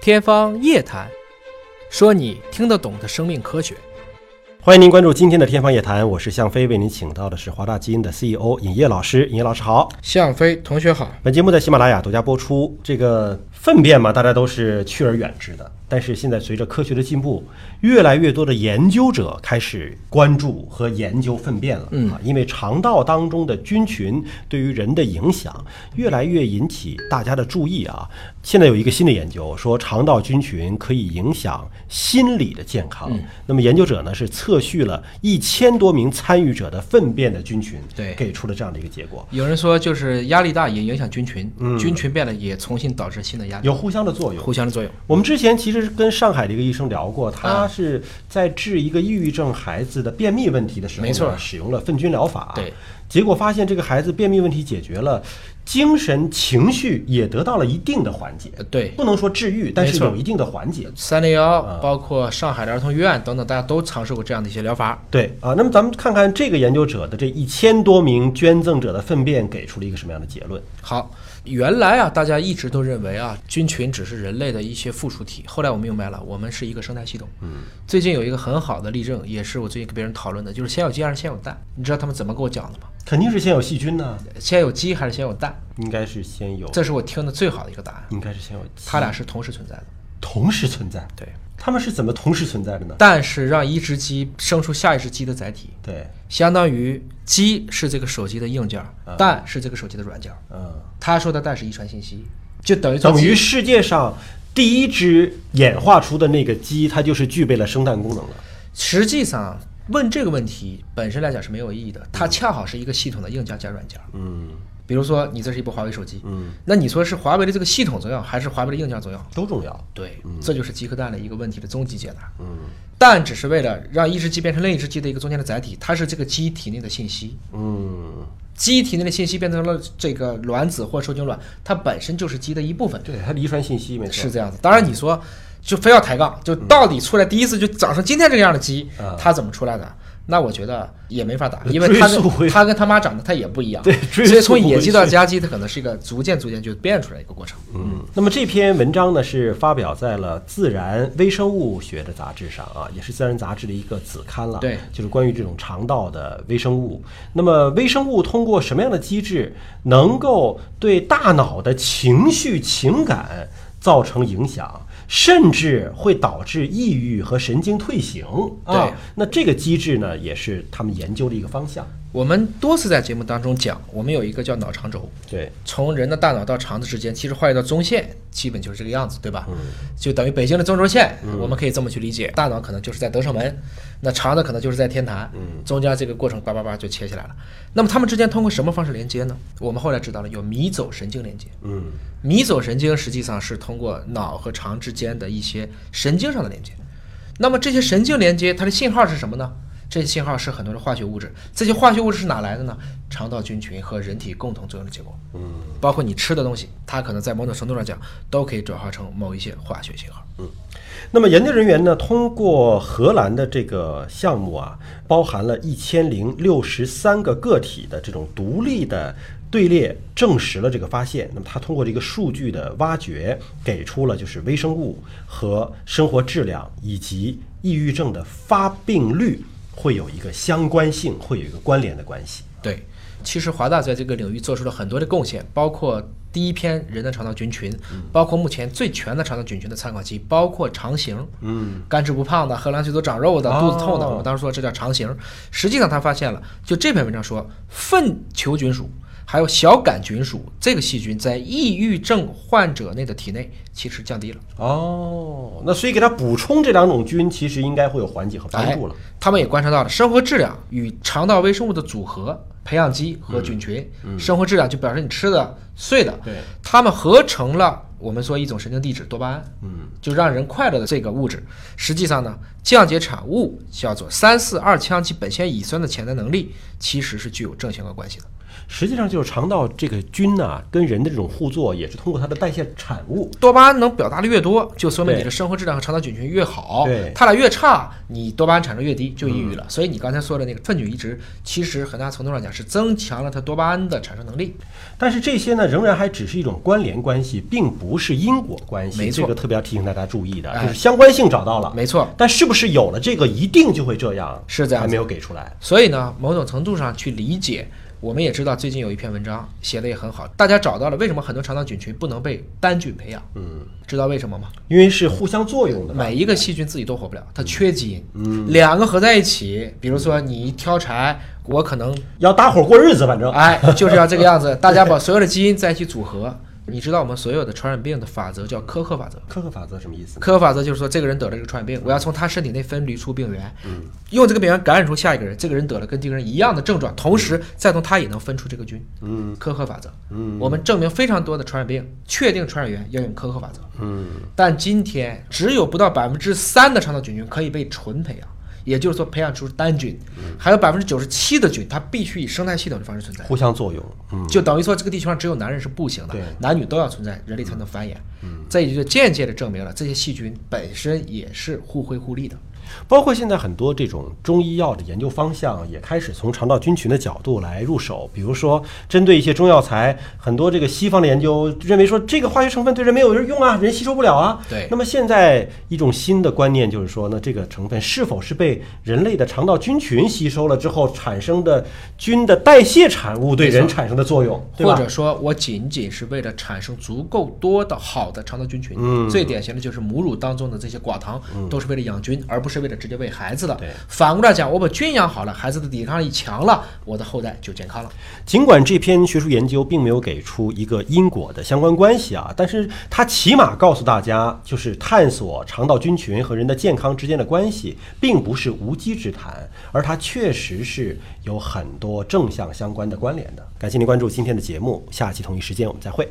天方夜谭，说你听得懂的生命科学。欢迎您关注今天的《天方夜谭》，我是向飞，为您请到的是华大基因的 CEO 尹烨老师。尹烨老师好，向飞同学好，本节目在喜马拉雅独家播出。这个粪便嘛，大家都是去而远之的，但是现在随着科学的进步，越来越多的研究者开始关注和研究粪便了。嗯啊，因为肠道当中的菌群对于人的影响越来越引起大家的注意啊。现在有一个新的研究说，肠道菌群可以影响心理的健康。那么研究者呢是测序了一千多名参与者的粪便的菌群，对给出了这样的一个结果。有人说就是压力大也影响菌群，菌群变了也重新导致新的压力，有互相的作用，互相的作用。我们之前其实跟上海的一个医生聊过，啊他是在治一个抑郁症孩子的便秘问题的时候呢，没错使用了粪菌疗法，对，结果发现这个孩子便秘问题解决了，精神情绪也得到了一定的缓解，呃对，不能说治愈，但没是错有一定的缓解。三零幺，包括上海的儿童医院等等，大家都尝试过这样的一些疗法。对啊，那么咱们看看这个研究者的这一千多名捐赠者的粪便给出了一个什么样的结论？好，原来啊，大家一直都认为啊，菌群只是人类的一些附属体。后来我明白了，我们是一个生态系统。嗯，最近有一个很好的例证，也是我最近跟别人讨论的，就是先有鸡还是先有蛋？你知道他们怎么给我讲的吗？肯定是先有细菌呢、先有鸡还是先有蛋？应该是先有，这是我听的最好的一个答案，应该是先有鸡，它俩是同时存在的。同时存在。对，他们是怎么同时存在的呢？蛋是让一只鸡生出下一只鸡的载体，对，相当于鸡是这个手机的硬件，啊蛋是这个手机的软件。嗯。他说的蛋是遗传信息，就等于说等鸡于世界上第一只演化出的那个鸡，它就是具备了生蛋功能了。实际上问这个问题本身来讲是没有意义的，它恰好是一个系统的硬件加软件。嗯，比如说你这是一部华为手机，嗯，那你说是华为的这个系统重要，还是华为的硬件重要？都重要。对，这就是鸡和蛋的一个问题的终极解答。嗯蛋只是为了让一只鸡变成另一只鸡的一个中间的载体，它是这个鸡体内的信息。嗯，鸡体内的信息变成了这个卵子或受精卵，它本身就是鸡的一部分，对，它的遗传信息没错。是这样子。当然你说就非要抬杠，就到底出来第一次就长成今天这个样的鸡，嗯它怎么出来的？那我觉得也没法 打，因为它追溯回跟它跟它妈长得它也不一样，对追溯所以从野回鸡到家鸡，它可能是一个逐渐逐渐就变出来一个过程。嗯，那么这篇文章呢是发表在了《自然微生物学》的杂志上啊，也是《自然》杂志的一个子刊了。对就是关于这种肠道的微生物。那么微生物通过什么样的机制能够对大脑的情绪情感造成影响，甚至会导致抑郁和神经退行对啊？那这个机制呢，也是他们研究的一个方向。我们多次在节目当中讲，我们有一个叫脑肠轴，对，从从人的大脑到肠子之间，其实画一道中线，基本就是这个样子，对吧？就等于北京的中轴线，我们可以这么去理解，大脑可能就是在德胜门，那肠子可能就是在天坛，中间这个过程叭叭叭就切起来了。那么它们之间通过什么方式连接呢？我们后来知道了有迷走神经连接，嗯，迷走神经实际上是通过脑和肠之间的一些神经上的连接。那么这些神经连接它的信号是什么呢？这些信号是很多的化学物质，这些化学物质是哪来的呢？肠道菌群和人体共同作用的结果。嗯，包括你吃的东西，它可能在某种程度上讲都可以转化成某一些化学信号。那么研究人员呢，通过荷兰的这个项目啊，包含了一千零六十三个个体的这种独立的队列，证实了这个发现。那么他通过这个数据的挖掘，给出了就是微生物和生活质量以及抑郁症的发病率会有一个相关性，会有一个关联的关系。对，其实华大在这个领域做出了很多的贡献，包括第一篇人的肠道菌群，包括目前最全的肠道菌群的参考期，包括肠型，嗯，干吃不胖的，喝凉水都长肉的，肚子痛的，我们当时说这叫肠型。实际上他发现了，就这篇文章说，粪球菌属。还有小杆菌属这个细菌在抑郁症患者内的体内其实降低了，哦，那所以给他补充这两种菌，其实应该会有缓解和帮助了。哎。他们也观察到了生活质量与肠道微生物的组合，培养基和菌群。生活质量就表示你吃的、睡的，对，它们合成了我们说一种神经递质多巴胺，嗯，就让人快乐的这个物质。实际上呢，降解产物叫做三四二羟基苯酰乙酸的潜在能力，其实是具有正相关关系的。实际上就是肠道这个菌呐、跟人的这种互作也是通过它的代谢产物。多巴胺能表达的越多，就说明你对的生活质量和肠道菌群越好对；嗯它俩越差，你多巴胺产生越低，就抑郁了。所以你刚才说的那个粪菌移植，其实很大程度上讲是增强了它多巴胺的产生能力。但是这些呢，仍然还只是一种关联关系，并不是因果关系。没错这个特别要提醒大家注意的，哎就是相关性找到了，没错，但是不是有了这个一定就会这样？是这样子还没有给出来。所以呢，某种程度上去理解，我们也知道最近有一篇文章写的也很好，大家找到了为什么很多肠道菌群不能被单菌培养，嗯，知道为什么吗？因为是互相作用的嘛。每一个细菌自己都活不了，嗯它缺基因，两个合在一起，比如说你挑柴，我可能要搭伙过日子，反正哎，就是要这个样 子。大家把所有的基因在一起组合，你知道我们所有的传染病的法则叫科赫法则。科克法则什么意思呢？科赫法则就是说，这个人得了这个传染病，我要从他身体内分离出病源，用这个病源感染出下一个人。这个人得了跟这个人一样的症状，同时再从他也能分出这个菌。嗯，科赫法则。嗯，我们证明非常多的传染病确定传染源要用科赫法则。嗯，但今天只有不到百分之三的肠道菌群可以被纯培养。也就是说，培养出单菌，还有百分之九十七的菌，它必须以生态系统的方式存在。互相作用。嗯，就等于说这个地球上只有男人是不行的对，嗯男女都要存在，人类才能繁衍。这也就间接的证明了这些细菌本身也是互惠互利的。包括现在很多这种中医药的研究方向也开始从肠道菌群的角度来入手，比如说针对一些中药材，很多这个西方的研究认为说这个化学成分对人没有用啊，人吸收不了啊。对那么现在一种新的观念就是说呢，这个成分是否是被人类的肠道菌群吸收了之后产生的菌的代谢产物对人产生的作用，对或吧？者说，我仅仅是为了产生足够多的好的肠道菌群。嗯最典型的就是母乳当中的这些寡糖，都是为了养菌，而不是为了直接喂孩子的对。反过来讲，我把菌养好了，孩子的抵抗力强了，我的后代就健康了。尽管这篇学术研究并没有给出一个因果的相关关系啊，但是它起码告诉大家，就是探索肠道菌群和人的健康之间的关系，并不是无稽之谈，而它确实是有很多正向相关的关联的。感谢您关注今天的节目，下期同一时间我们再会。